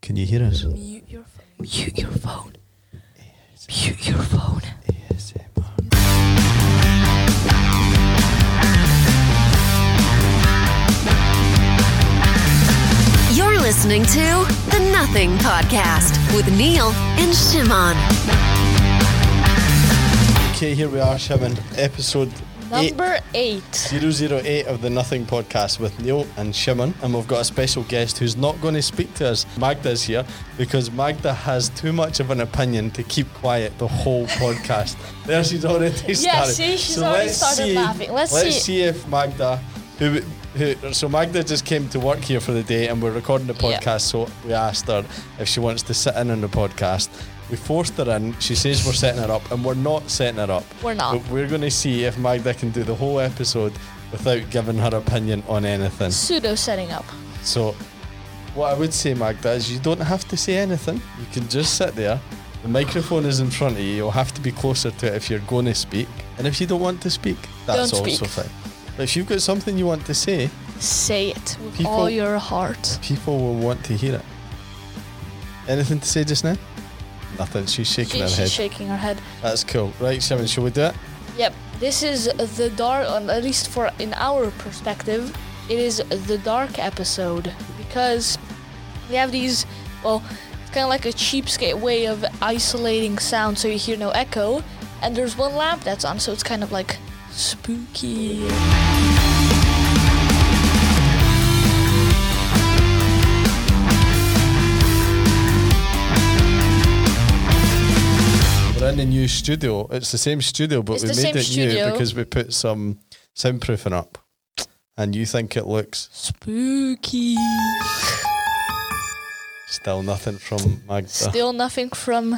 Can you hear us? Mute your phone. Mute your phone. Mute your phone. You're listening to the Nothing Podcast with Neil and Shimon. Okay, here we are, Shimon. Episode eight- Number eight. 008 of the Nothing Podcast with Neil and Shimon. And we've got a special guest who's not going to speak to us. Magda's here because Magda has too much of an opinion to keep quiet the whole podcast. There she's already started. see, she's already started laughing. Let's see- see if Magda, who, who, so Magda just came to work here for the day and we're recording the Yeah. podcast. So we asked her if she wants to sit in on the podcast. We forced her in. She says we're setting her up, and we're not setting her up. We're not. But we're going to see if Magda can do the whole episode without giving her opinion on anything. Pseudo setting up. So, what I would say, Magda, is you don't have to say anything. You can just sit there. The microphone is in front of you. You'll have to be closer to it if you're going to speak. And if you don't want to speak, that's Don't also speak. fine. But if you've got something you want to say, Say it with People- all your heart. people will want to hear it. Anything to say just now? Nothing. She's shaking She- her she's head. shaking her head. That's cool. Right, Simon, shall we do it? Yep. This is the dark, um, at least for in our perspective, it is the dark episode because we have these. Well, it's kind of like a cheapskate way of isolating sound, so you hear no echo. And there's one lamp that's on, so it's kind of like spooky. We're in a new studio. It's the same studio, but It's we the made it same new studio. because we put some soundproofing up. And you think it looks Spooky. still nothing from Magda. Still nothing from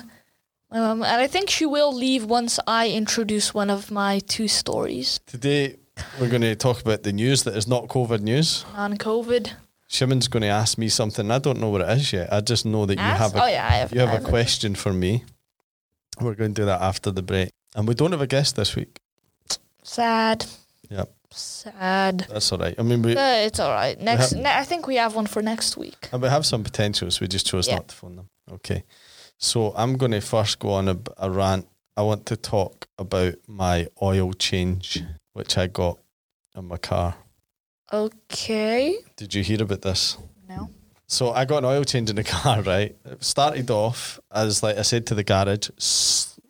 my mom. And I think she will leave once I introduce one of my two stories. Today, we're going to talk about the news that is not COVID news. Non COVID. Shimon's going to ask me something. I don't know what it is yet. I just know that you have a Oh, yeah. I have, You have I a question for me. We're going to do that after the break. And we don't have a guest this week. Sad. Yep. Sad. That's all right. I mean, we, Uh, it's all right. Next, have- ne- I think we have one for next week. and we have some potentials. We just chose Yeah. not to phone them. Okay. So I'm going to first go on a, b- a rant. I want to talk about my oil change, which I got in my car. Okay. Did you hear about this? No. So I got an oil change in the car, right? It started off as, like I said to the garage, S-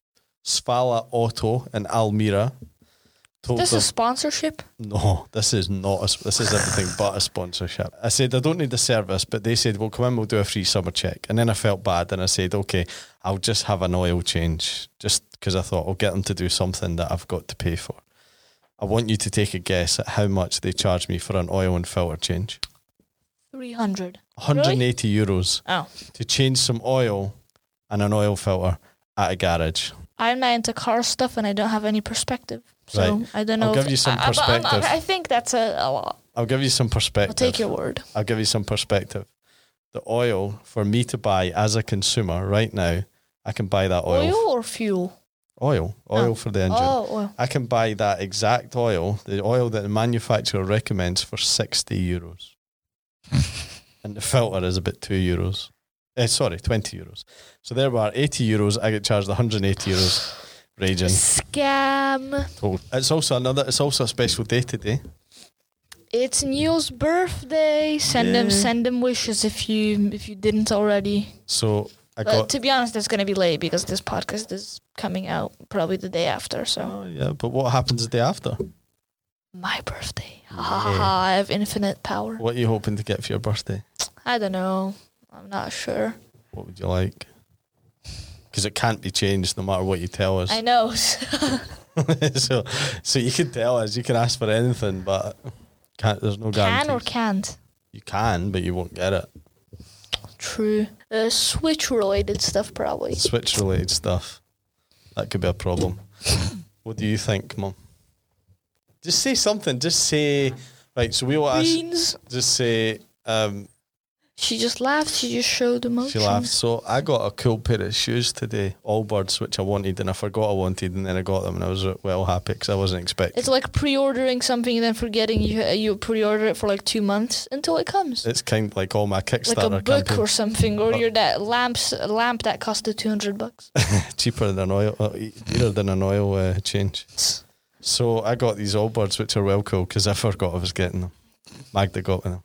Svala Auto in Almira. Told This them- is sponsorship. No, this is not. A, sp- this is everything but a sponsorship. I said I don't need the service, but they said, "Well, come in, we'll do a free summer check." And then I felt bad, and I said, "Okay, I'll just have an oil change, just because I thought I'll get them to do something that I've got to pay for." I want you to take a guess at how much they charge me for an oil and filter change. 300. 180 euros Oh. to change some oil and an oil filter at a garage. I'm not into car stuff and I don't have any perspective. So Right. I don't know. I'll if- give you some I- I- but I'm- perspective. I, I think that's a, a lot. I'll give you some perspective. I'll take your word. I'll give you some perspective. The oil for me to buy as a consumer right now, I can buy that Oil, oil. or fuel? Oil. Oil for the engine. Oh, oil. I can buy that exact oil, the oil that the manufacturer recommends for 60 euros. and the filter is about 2 euros. Eh, sorry, 20 euros. So there we are, 80 euros. I get charged 180 euros. Raging. Scam. Told. It's also another, it's also a special day today. It's Neil's birthday. Send him, Yeah. send him wishes if you if you didn't already. So I But got. to be honest, that's gonna be late because this podcast is coming out probably the day after. So Oh, yeah, but what happens the day after? my birthday. Ha ha ha! I have infinite power. What are you hoping to get for your birthday? I don't know. I'm not sure. What would you like? Because it can't be changed no matter what you tell us. I know. so, so you can tell us, you can ask for anything, but can't, there's no Can guarantee. or can't. you can, but you won't get it. True. Uh, Switch related stuff probably. Switch related stuff. That could be a problem. what do you think, Mum? Just say something. Just say, right, so we will ask, Beans. just say, um, She just laughed. She just showed emotion. She laughed. So I got a cool pair of shoes today, Allbirds, which I wanted and I forgot I wanted, and then I got them and I was uh, well happy because I wasn't expecting. It's like pre-ordering something and then forgetting you uh, you pre-order it for like two months until it comes. It's Uh, kind of like all my like Kickstarter a book campaign, or something, or your that lamps lamp that costed two hundred bucks. cheaper than an oil, uh, e- dearer than an oil uh, change. So I got these Allbirds, which are well cool because I forgot I was getting them. Magda got me them.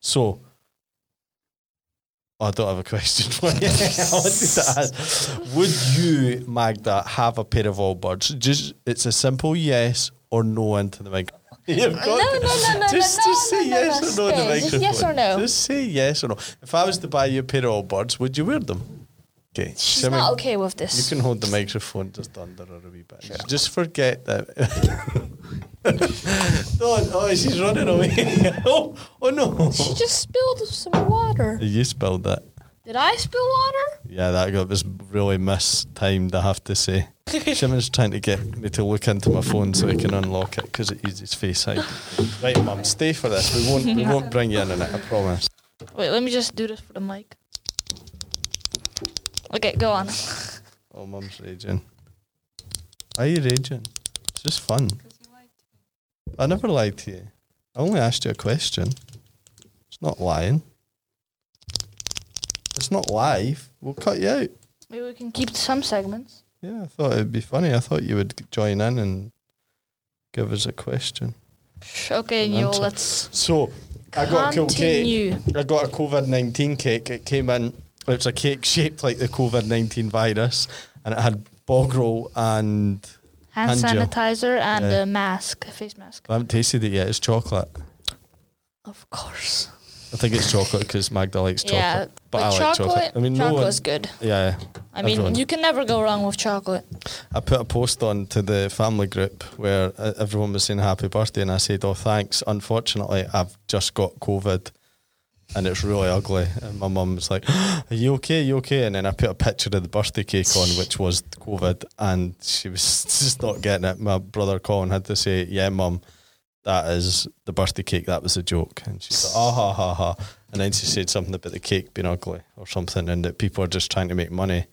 So I don't have a question for you. I wanted to ask, would you, Magda, have a pair of Allbirds? Just it's a simple yes or no into the mic. You've got No, no, to- no, no, just, no, just no, say no, no, yes or no in the stay. microphone. Just yes or no. Just say yes or no. If I was to buy you a pair of Allbirds, would you wear them? Okay. She's Simi, not okay with You this. can hold the microphone just under her a wee bit. Just forget that. Don't. Oh, she's running away. oh, oh no. she just spilled some water. You spilled that. Did I spill water? Yeah, that got, was really mistimed, I have to say. Shimon's trying to get me to look into my phone so he can unlock it because it uses Face ID. Right, Mum, stay for this. We won't, we won't bring you in on it, I promise. Wait, let me just do this for the mic. Okay, go on. Oh, Mum's raging. Why Are you raging? It's just fun. I never lied to you. I only asked you a question. It's not lying. It's not live. We'll cut you out. Maybe we can keep some segments. Yeah, I thought it'd be funny. I thought you would join in and give us a question. Sh- Okay, Neil, Answer. let's So I got a cool cake. continue. I got a COVID nineteen cake. It came in. It was a cake shaped like the COVID nineteen virus, and it had bog roll and. hand Hand gel. sanitizer and Yeah. a mask, a face mask. I haven't tasted it yet. It's chocolate. Of course. I think it's chocolate because Magda likes chocolate. Yeah, but I like chocolate. I mean, no one. chocolate's good. Yeah, I mean, everyone. you can never go wrong with chocolate. I put a post on to the family group where uh, everyone was saying happy birthday, and I said, "Oh, thanks. Unfortunately, I've just got COVID, and it's really ugly." And my mum was like, "Are you okay? you okay?" And then I put a picture of the birthday cake on, which was COVID, and she was just not getting it. My brother Colin had to say, "Yeah, mum." That is the birthday cake. That was a joke, and she's like, "Ah ha ha ha!" And then she said something about the cake being ugly or something, and that people are just trying to make money.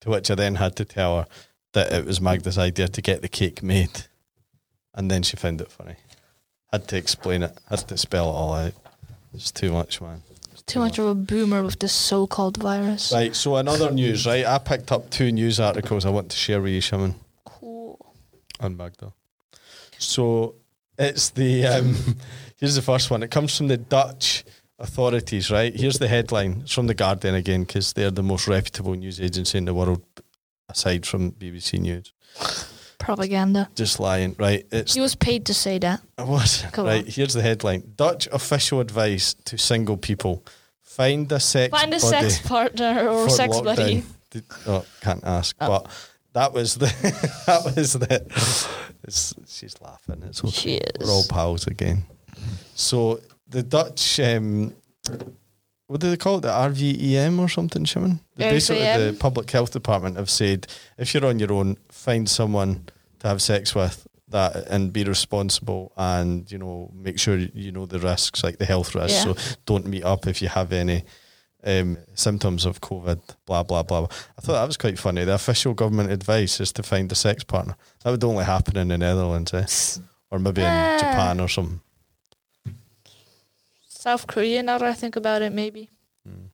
To which I then had to tell her that it was Magda's idea to get the cake made. And then she found it funny. Had to explain it, had to spell it all out. It's too much, man. It's Too much of a boomer with this so-called virus. Right, so another news, right? I picked up two news articles I want to share with you, Shimon Cool. and Magda. So it's the um, here's the first one. It comes from the Dutch authorities, right? Here's the headline. It's from the Guardian again because they're the most reputable news agency in the world, aside from BBC News. Propaganda. Just lying, right? It's He was paid to say that. I was. Go right, on. here's the headline Dutch official advice to single people find a sex Find a buddy sex partner or for sex lockdown." buddy. Did- oh, can't ask. But that was the. that was the. It's, she's laughing. It's okay. She is. We're all pals again. So the Dutch. Um, what do they call it? The RVEM or something, Shimon? The E basically, the RVEM? public health department have said if you're on your own, find someone to have sex with that and be responsible and you know make sure you know the risks like the health risks Yeah. so don't meet up if you have any um, symptoms of covid blah blah blah i thought that was quite funny the official government advice is to find a sex partner that would only happen in the netherlands eh? or maybe in Ah. japan or something South Korea, now that I think about it, maybe. Hmm.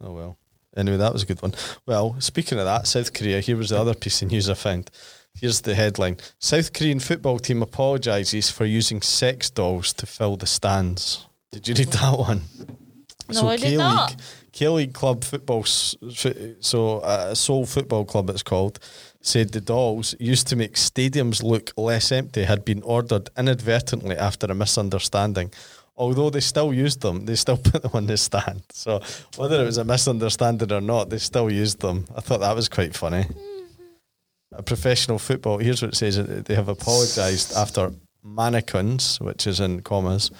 Oh well. Anyway, that was a good one. Well, speaking of that, South Korea, here was the other piece of news I found. Here's the headline South Korean football team apologises for using sex dolls to fill the stands. Did you read that one? No, I did not. K League Club Football, s- f- so uh, Seoul Football Club it's called, said the dolls used to make stadiums look less empty had been ordered inadvertently after a misunderstanding. Although they still used them, they still put them on the stand. So whether it was a misunderstanding or not, they still used them. I thought that was quite funny. A professional football. Here's what it says: uh, they have apologised after mannequins, which is in commas,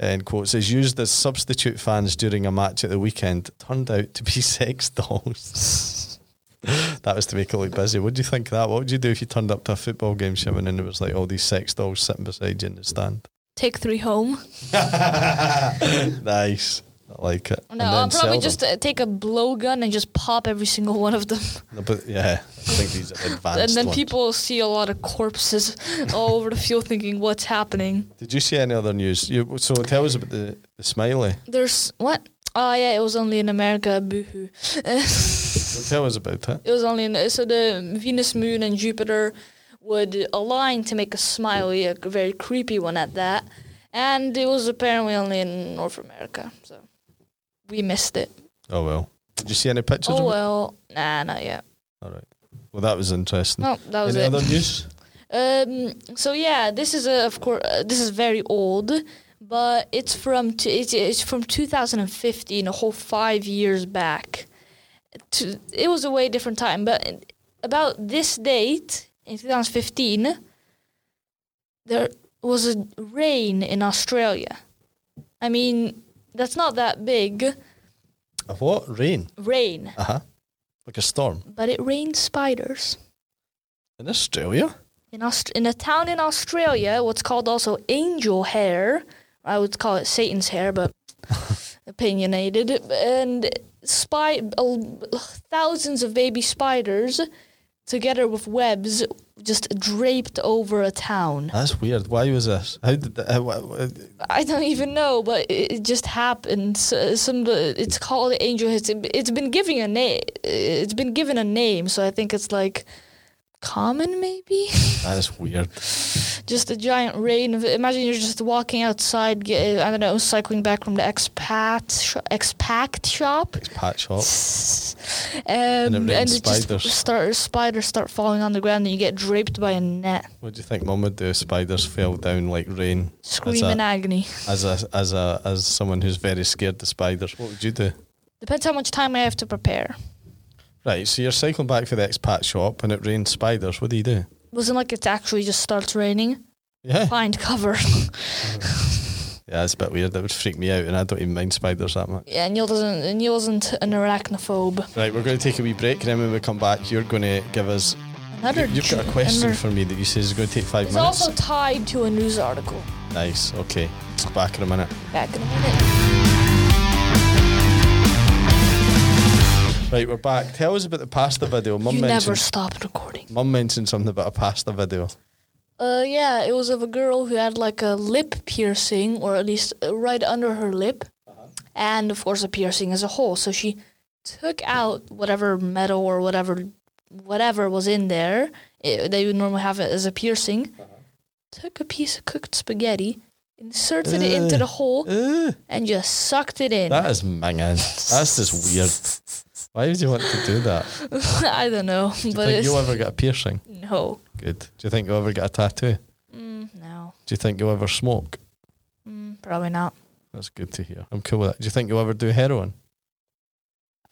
end quotes, is used as substitute fans during a match at the weekend turned out to be sex dolls. that was to make it look busy. What do you think of that? What would you do if you turned up to a football game, Shimon, and it was like all these sex dolls sitting beside you in the stand? Take three home. nice. that like it. No, and I'll then probably sell just them. uh, take a blowgun and just pop every single one of them. No, but yeah, I think these are advanced. and then ones. people see a lot of corpses all over the field thinking, what's happening? Did you see any other news? You, so tell us about the, the smiley. There's what? Oh, yeah, it was only in America. Boo hoo. So tell us about it. It was only in, so the Venus, Moon, and Jupiter would align to make a smiley, a very creepy one at that. And it was apparently only in North America, so we missed it. Oh well. Did you see any pictures? of Oh it? well, nah, not yet. All right. Well, that was interesting. No, that was any it. other news? Um, so yeah, this is a, of course uh, this is very old, but it's from t- it's, it's from 2015, a whole five years back. To, it was a way different time, but about this date in 2015, there was a rain in Australia. I mean, that's not that big A what? Rain. rain, Uh huh. Like a storm but it rained spiders. in Australia. in Aust- in a town in Australia, what's called also angel hair. I would call it Satan's hair, but opinionated. And spy uh, thousands of baby spiders, together with webs, just draped over a town. Ah, That's weird. Why was this? How did that, how, wha- ah, I don't even know, but it, it just happened. So, some it's called angel hair. It's, it's been giving a name. It's been given a name, so I think it's like common, maybe. that is weird. just a giant rain of imagine you're just walking outside get, i don't know cycling back from the expat sh- expat shop It's patch up. um, Oh. it and, rains it just spiders. start spiders start falling on the ground and you get draped by a net What do you think Mum would do if spiders fell down like rain? scream in as a, agony as a as a as someone who's very scared of spiders, what would you do? depends how much time i have to prepare Right, so you're cycling back for the expat shop and it rains spiders. What do you do? wasn't like it actually just starts raining Yeah, find cover yeah, it's a bit weird. That would freak me out, and I don't even mind spiders that much. yeah neil doesn't neil isn't an arachnophobe Right, we're going to take a wee break, and then when we come back, you're going to give us. another You've got a dr- question another- for me that you say is going to take five it's minutes. also tied to a news article nice. Okay, back in a minute. back in a minute Right, we're back. Tell us about the pasta video. Mum you never mentioned. stopped recording Mum mentioned something about a pasta video. Uh, yeah, it was of a girl who had like a lip piercing, or at least uh, right under her lip, Uh-huh. and of course a piercing as a whole. So she took out whatever metal or whatever whatever was in there. It, they would normally have it as a piercing. Uh-huh. Took a piece of cooked spaghetti, inserted it into Ugh. the hole, Ugh. and just sucked it in. That is minging. That's just weird. Why would you want to do that? I don't know, Do you but think it's you'll ever get a piercing? no, Good. Do you think you'll ever get a tattoo? mm, no, Do you think you'll ever smoke? mm, probably not. That's good to hear. I'm cool with that. Do you think you'll ever do heroin?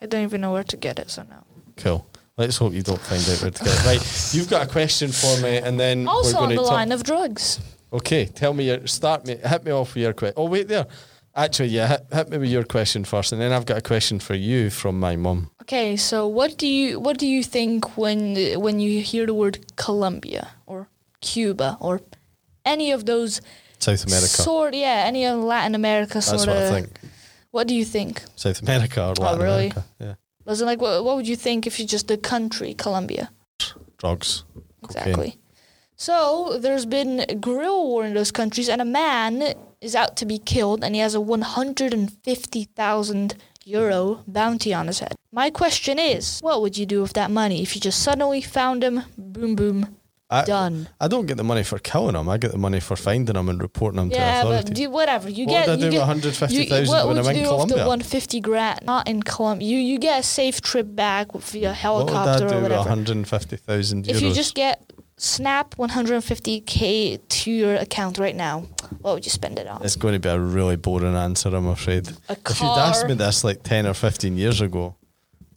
I don't even know where to get it, so no. Cool. Let's hope you don't find out where to get it. Right, you've got a question for me, and then Also we're on going the to line of drugs. Okay, tell me your start me hit me off with your question. Oh wait there, actually yeah, hit, hit me with your question first, and then I've got a question for you from my mum. Okay, so what do you what do you think when when you hear the word Colombia or Cuba or any of those South America. sort yeah any of Latin America That's sort what of I think. what do you think? South America or Latin Oh, really? America. Yeah. Wasn't like what what would you think if you just the country Colombia Drugs. Cocaine. exactly? So there's been a guerrilla war in those countries, and a man is out to be killed, and he has a 150,000 euro bounty on his head. My question is, what would you do with that money if you just suddenly found him? Boom, boom. I, done. I don't get the money for killing them. I get the money for finding them and reporting them Yeah, to but authorities. do whatever you What get. would I you do with get- 150,000 you- What when would I'm you in do with the Colombia? 150 grand? Not in Colombia. You you get a safe trip back with- what via would I helicopter do or with whatever. 150,000 euros? If you just get snap 150k to your account right now, what would you spend it on? it's going to be a really boring answer, I'm afraid. A If you'd asked car. me this like 10 or 15 years ago,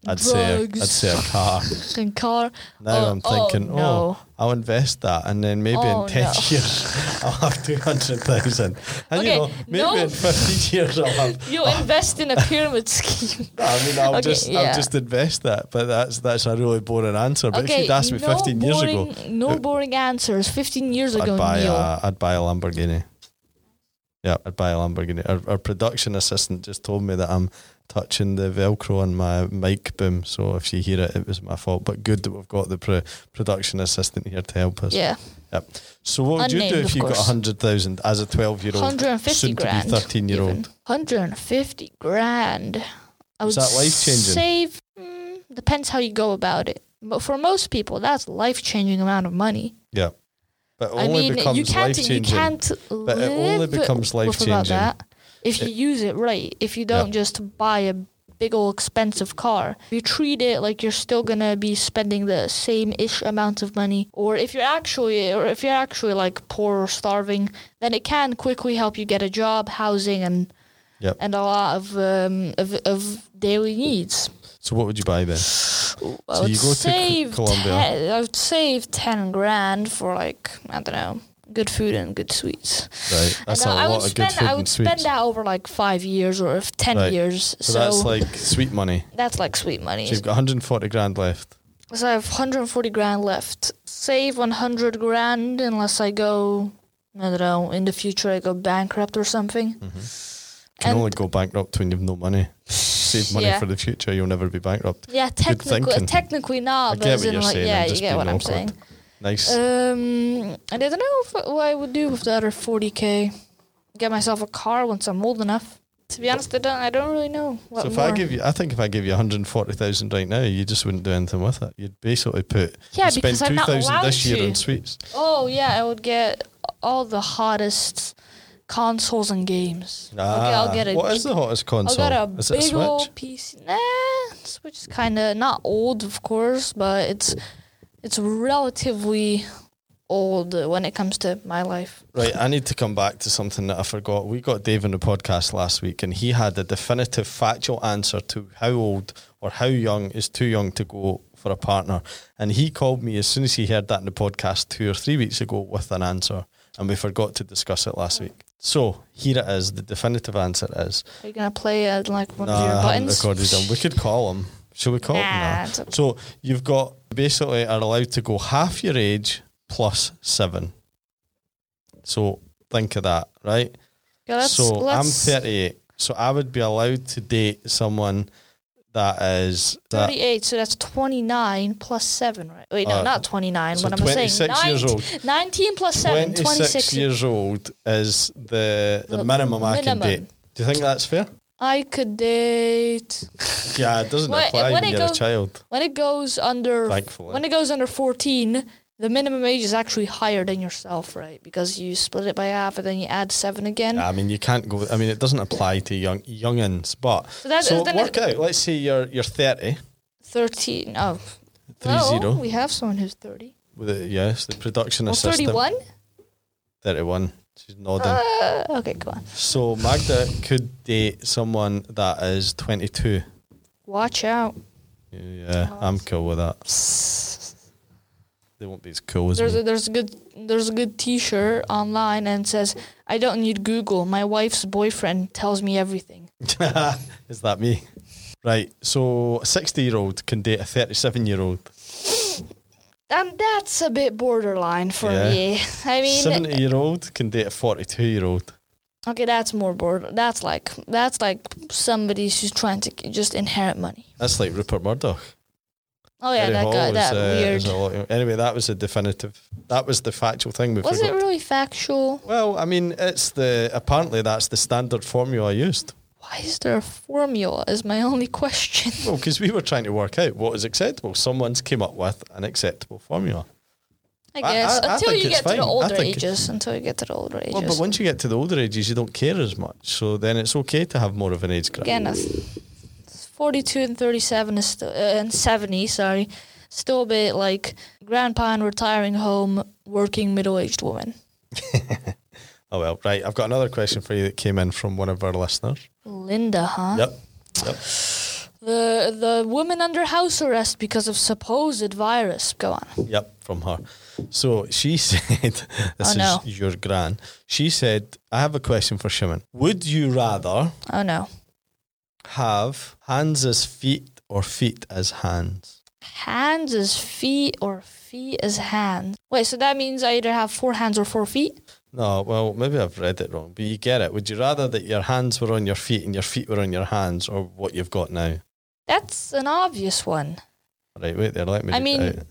I'd say I'd Drugs. say a car. Fucking car. Now Oh, I'm thinking, oh, oh, no. I'll invest that, and then maybe Oh, in ten no. years I'll have two hundred thousand, and Okay, you know, maybe no. in fifteen years I'll have. You invest in a pyramid scheme. I mean, I'll Okay, just yeah. I'll just invest that, but that's that's a really boring answer. But okay, if you'd asked me no fifteen boring, years ago, no it- boring answers. 15 years I'd ago, buy Neil. a I'd buy a Lamborghini. Yeah, I'd buy a Lamborghini. Our, our production assistant just told me that I'm touching the Velcro on my mic boom. So if you hear it, it was my fault. But good that we've got the pro- production assistant here to help us. Yeah. So what would you Unnamed, do if of you got course. got hundred thousand as a twelve year old, 150 soon to grand be thirteen year even. old? 150 grand. I Is would that life-changing? Save mm, depends how you go about it. But for most people, that's life changing amount of money. Yeah, but it I only mean, you becomes life can't you changing. can't live it only becomes without life-changing. that if you use it right. If you don't just buy a big old expensive car, if you treat it like you're still gonna be spending the same ish amount of money, or if you're actually or if you're actually like poor or starving, then it can quickly help you get a job, housing, and Yep. and a lot of um, of, of daily needs. So what would you buy then? I So would you go to C- save Colombia. Ten, I would save ten grand for like I don't know, good food and good sweets. Right, that's a and I- I lot would of spend, good food I would and spend sweets. that over like five years or if ten Right. years. So, So, that's like sweet money. that's like sweet money. So you've got 140 grand left. So I have 140 grand left. Save 100 grand unless I go, I don't know, in the future I go bankrupt or something. You can And- only go bankrupt when you've no money. Save money Yeah. for the future, you'll never be bankrupt. Yeah, technically, thinking. technically not. I but get as what in, you're like, saying. Yeah, I'm you just get being what I'm awkward. saying. Nice. Um, and I don't know if, what I would do with the other 40k. Get myself a car once I'm old enough. To be honest, I don't. I don't really know what so if more. I give you, I think if I give you 140,000 right now, you just wouldn't do anything with it. You'd basically put, Yeah, you'd spend because I'm not 2,000 this allowed year to. on sweets. oh yeah, I would get all the hottest consoles and games. okay, I'll Ah, get a What is the hottest I console? got a is it a big Switch? old PC. Nah, Switch is kind of not old, of course, but it's it's relatively old when it comes to my life. Right, I need to come back to something that I forgot. We got Dave on the podcast last week, and he had a definitive factual answer to how old or how young is too young to go for a partner. And he called me as soon as he heard that in the podcast two or three weeks ago with an answer, and we forgot to discuss it last week. So here it is. The definitive answer is Are you gonna play uh, like one no, of your I haven't buttons? recorded them. We could call him. Shall we call him? Nah, Nah. it's okay. So you've got basically are allowed to go half your age plus seven. So think of that, right? Okay, let's- so let's- I'm 38. So I would be allowed to date someone that is that 38, so that's 29 plus 7, right? Wait, no, Uh, not 29. so what am I saying? 26 years 19 old. 19 plus 7, 26 26. years old is the the The minimum, I can minimum. date. Do you think that's fair? I could date. Yeah, it doesn't Well, apply when when it you're a goes- child. When it goes under Thankfully. when it goes under 14, the minimum age is actually higher than yourself, right? Because you split it by half and then you add 7 again. I mean, you can't go. I mean, it doesn't apply to young youngins, but so, that- then work it- out. Let's say you're you're 30. 13. Oh. Three well, zero. We have someone who's 30. With the, yes, the production Well, assistant. 31? 31. She's nodding. Uh, okay, go on. so Magda could date someone that is 22. Watch out. Yeah, I'm cool with that. They won't be as cool as There's a, me. there's a good there's a good T-shirt online and it says I don't need Google. My wife's boyfriend tells me everything. is that me? Right. So a 60 year old can date a 37 year old. And that's a bit borderline for Yeah. me. I mean, 70 year old can date a 42 year old. okay, that's more border. That's like that's like somebody who's trying to just inherit money. That's like Rupert Murdoch. Oh yeah, Eddie that Hall guy, was, that uh, weird. was a lot- anyway, that was the definitive. That was the factual thing. We Was forgot. it really factual? well, I mean, it's the apparently that's the standard formula used. Why is there a formula? Is my only question. Well, because we were trying to work out what is acceptable. Someone's came up with an acceptable formula. I I- guess I until think you it's get to fine. the I older think- ages. Until you get to the older ages. Well, but once you get to the older ages, you don't care as much. So then it's okay to have more of an age gap. again, I th- 42 and 37 is still, uh, and 70, sorry, still a bit like grandpa and retiring home, working middle aged woman. Oh well, right. I've got another question for you that came in from one of our listeners. Linda, huh? Yep. Yep. The the woman under house arrest because of supposed virus. Go on. Yep, from her. So she said, "This is Oh, no. your gran." She said, "I have a question for Shimon. Would you rather Oh no. have hands as feet or feet as hands?" Hands as feet or feet as hands. Wait, so that means I either have four hands or four feet? No, well, maybe I've read it wrong, but you get it. Would you rather that your hands were on your feet and your feet were on your hands, or what you've got now? That's an obvious one. Right, wait there. Let me. I read mean, it, out.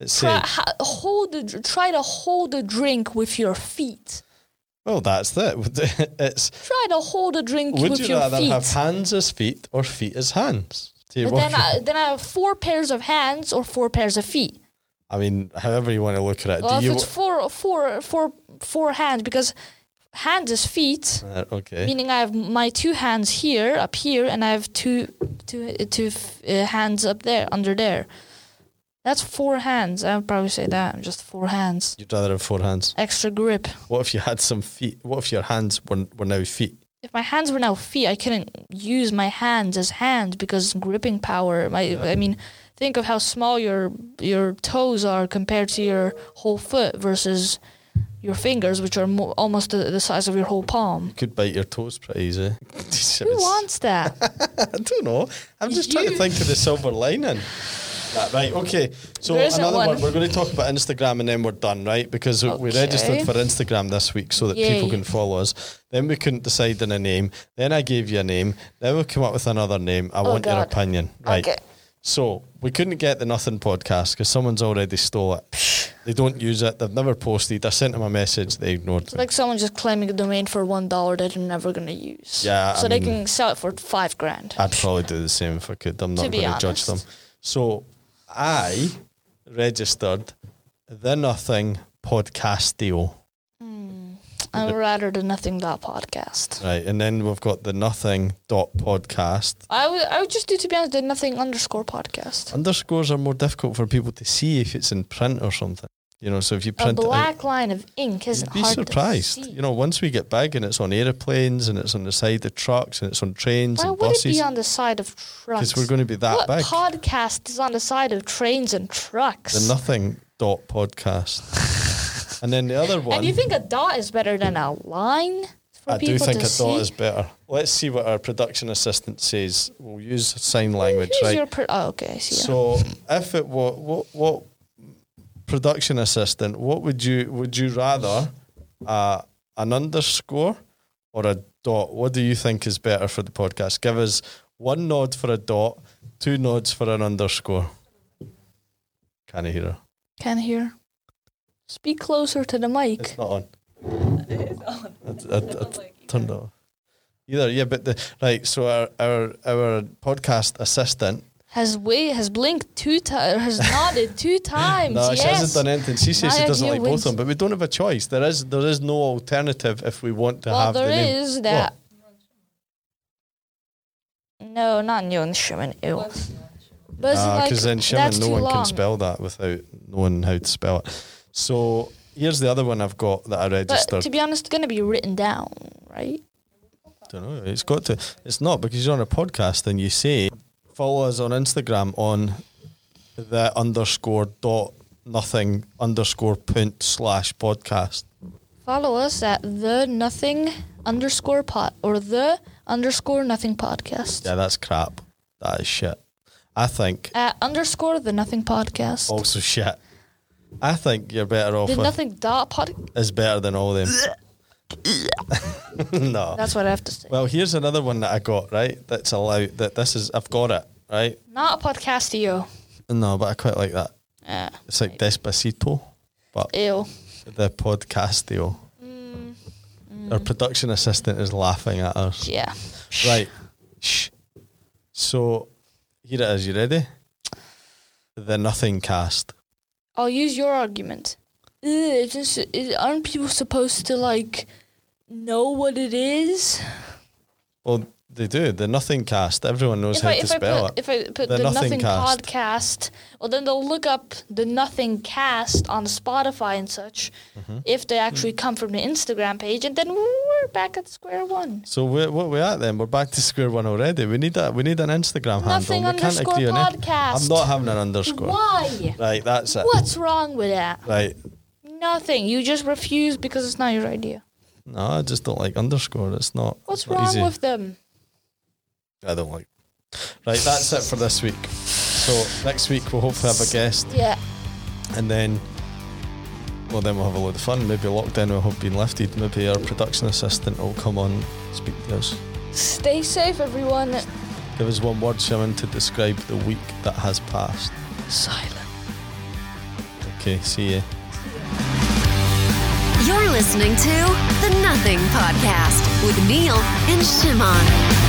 it Try, says, ha, hold the, dr- try to hold a drink with your feet. "Well, that's it. It's Try to hold a drink would with you your rather feet. have hands as feet or feet as hands?" Do you but want- then I, then I have four pairs of hands or four pairs of feet. I mean, however you want to look at it. Well, do if you? it's four, four, four, four hands because hands is feet, Uh, okay. meaning I have my two hands here, up here, and I have two, two, two f- uh, hands up there, under there. That's four hands. I would probably say that. Just four hands. You'd rather have four hands. Extra grip. What if you had some feet? What if your hands were were now feet? if my hands were now feet, I couldn't use my hands as hands because gripping power. My, I mean, think of how small your your toes are compared to your whole foot versus your fingers, which are mo- almost the, the size of your whole palm. Could bite your toes pretty easy. Who wants that? I don't know. I'm just trying to You- think of the silver lining. Right, Right, okay. So There isn't another one. one. We're going to talk about Instagram and then we're done, right? Because we registered Okay. for Instagram this week so that people Yay. can follow us. Then we couldn't decide on a name. Then I gave you a name. Then we come up with another name. I want your Oh, God. opinion. Right. Okay. So we couldn't get the Nothing podcast because someone's already stole it. they don't use it. They've never posted. I sent them a message. They ignored me. like someone just claiming a domain for one dollar that they're never gonna use. Yeah, I So they mean- can sell it for five grand. I'd probably do the same if I could. I'm To not be going to judge honest. them. So I registered the Nothing Podcastio, I'm rather the nothing dot podcast. right? And then we've got the Nothing dot podcast. I would I would just do to be honest the nothing underscore podcast. Underscores are more difficult for people to see if it's in print or something. You know, so if you A print it out, black line of ink you'd isn't be hard to surprised. see. You know, once we get big and it's on airplanes and it's on the side of trucks and it's on trains Why and would it be buses, on the side of trucks? because we're going to be that what big. podcast is on the side of trains and trucks? the Nothing dot podcast. and then the other one. and you think a dot is better than a line for I people do think to a see? dot is better. Let's see what our production assistant says. We'll use sign language, Here's right? your per- oh, okay, I see. that. So, if it what what what production assistant, what would you would you rather uh, an underscore or a dot? What do you think is better for the podcast? Give us one nod for a dot, two nods for an underscore. Can't hear her. Can hear. Speak closer to the mic. It's not on. It's on. I, I, I turned it off. Either, yeah, but the right. So our our our podcast assistant. Has way has blinked two times. Has nodded two times. No, yes. she hasn't done anything. She says she My doesn't idea like both of wins. them, but we don't have a choice. There is there is no alternative if we want to well, have there the name. is that. No, not Nyon Shimon. Ew. But it's like, because Ah, then Shimon, that's no too one can long. spell that without knowing how to spell it. So here's the other one I've got that I But registered. to be honest, it's gonna be written down, right? don't know. It's got to. It's not because you're on a podcast and you say follow us on Instagram on the underscore dot nothing underscore punt slash podcast. Follow us at the nothing underscore pot or the underscore nothing podcast. Yeah, that's crap. That is shit. I think At underscore the nothing podcast. also shit. I think you're better off the with nothing dot pod. is better than all them. no. That's what I have to say. Well, here's another one that I got right. That's allowed. That this is. I've got it right. Not a podcastio. No, but I quite like that. Uh, It's like Despacito, but ew. Mm, the podcastio. Mm-hmm. Our production assistant is laughing at us. Yeah. Right. Shh. So here it is. You ready? The Nothing Cast. I'll use your argument. Ugh, it's just, it, aren't people supposed to like know what it is? Well, they do. The Nothing Cast. Everyone knows if how I, to if I spell put, it. if I put The the, Nothing nothing, Cast. podcast, well, then they'll look up the nothing cast on Spotify and such, Mm-hmm. if they actually come from the Instagram page, and then we're back at square one. so we're, what we at then? We're back to square one already. We need that. We need an Instagram Nothing handle. We can't underscore agree on it. podcast. I'm not having an underscore. Why? Right, that's it. What's wrong with that? Right. Nothing. You just refuse because it's not your idea. No, I just don't like underscore. It's not. What's it's not wrong easy. with them? I don't like. Right, that's it for this week. So next week we'll hopefully have a guest, Yeah. and then Well, then we'll have a load of fun. Maybe lockdown will have been lifted. Maybe our production assistant will come on, speak to us. Stay safe, everyone. Give us one word, Simon, to describe the week that has passed. Silent. Okay, see you. You're listening to the Nothing Podcast with Neil and Shimon.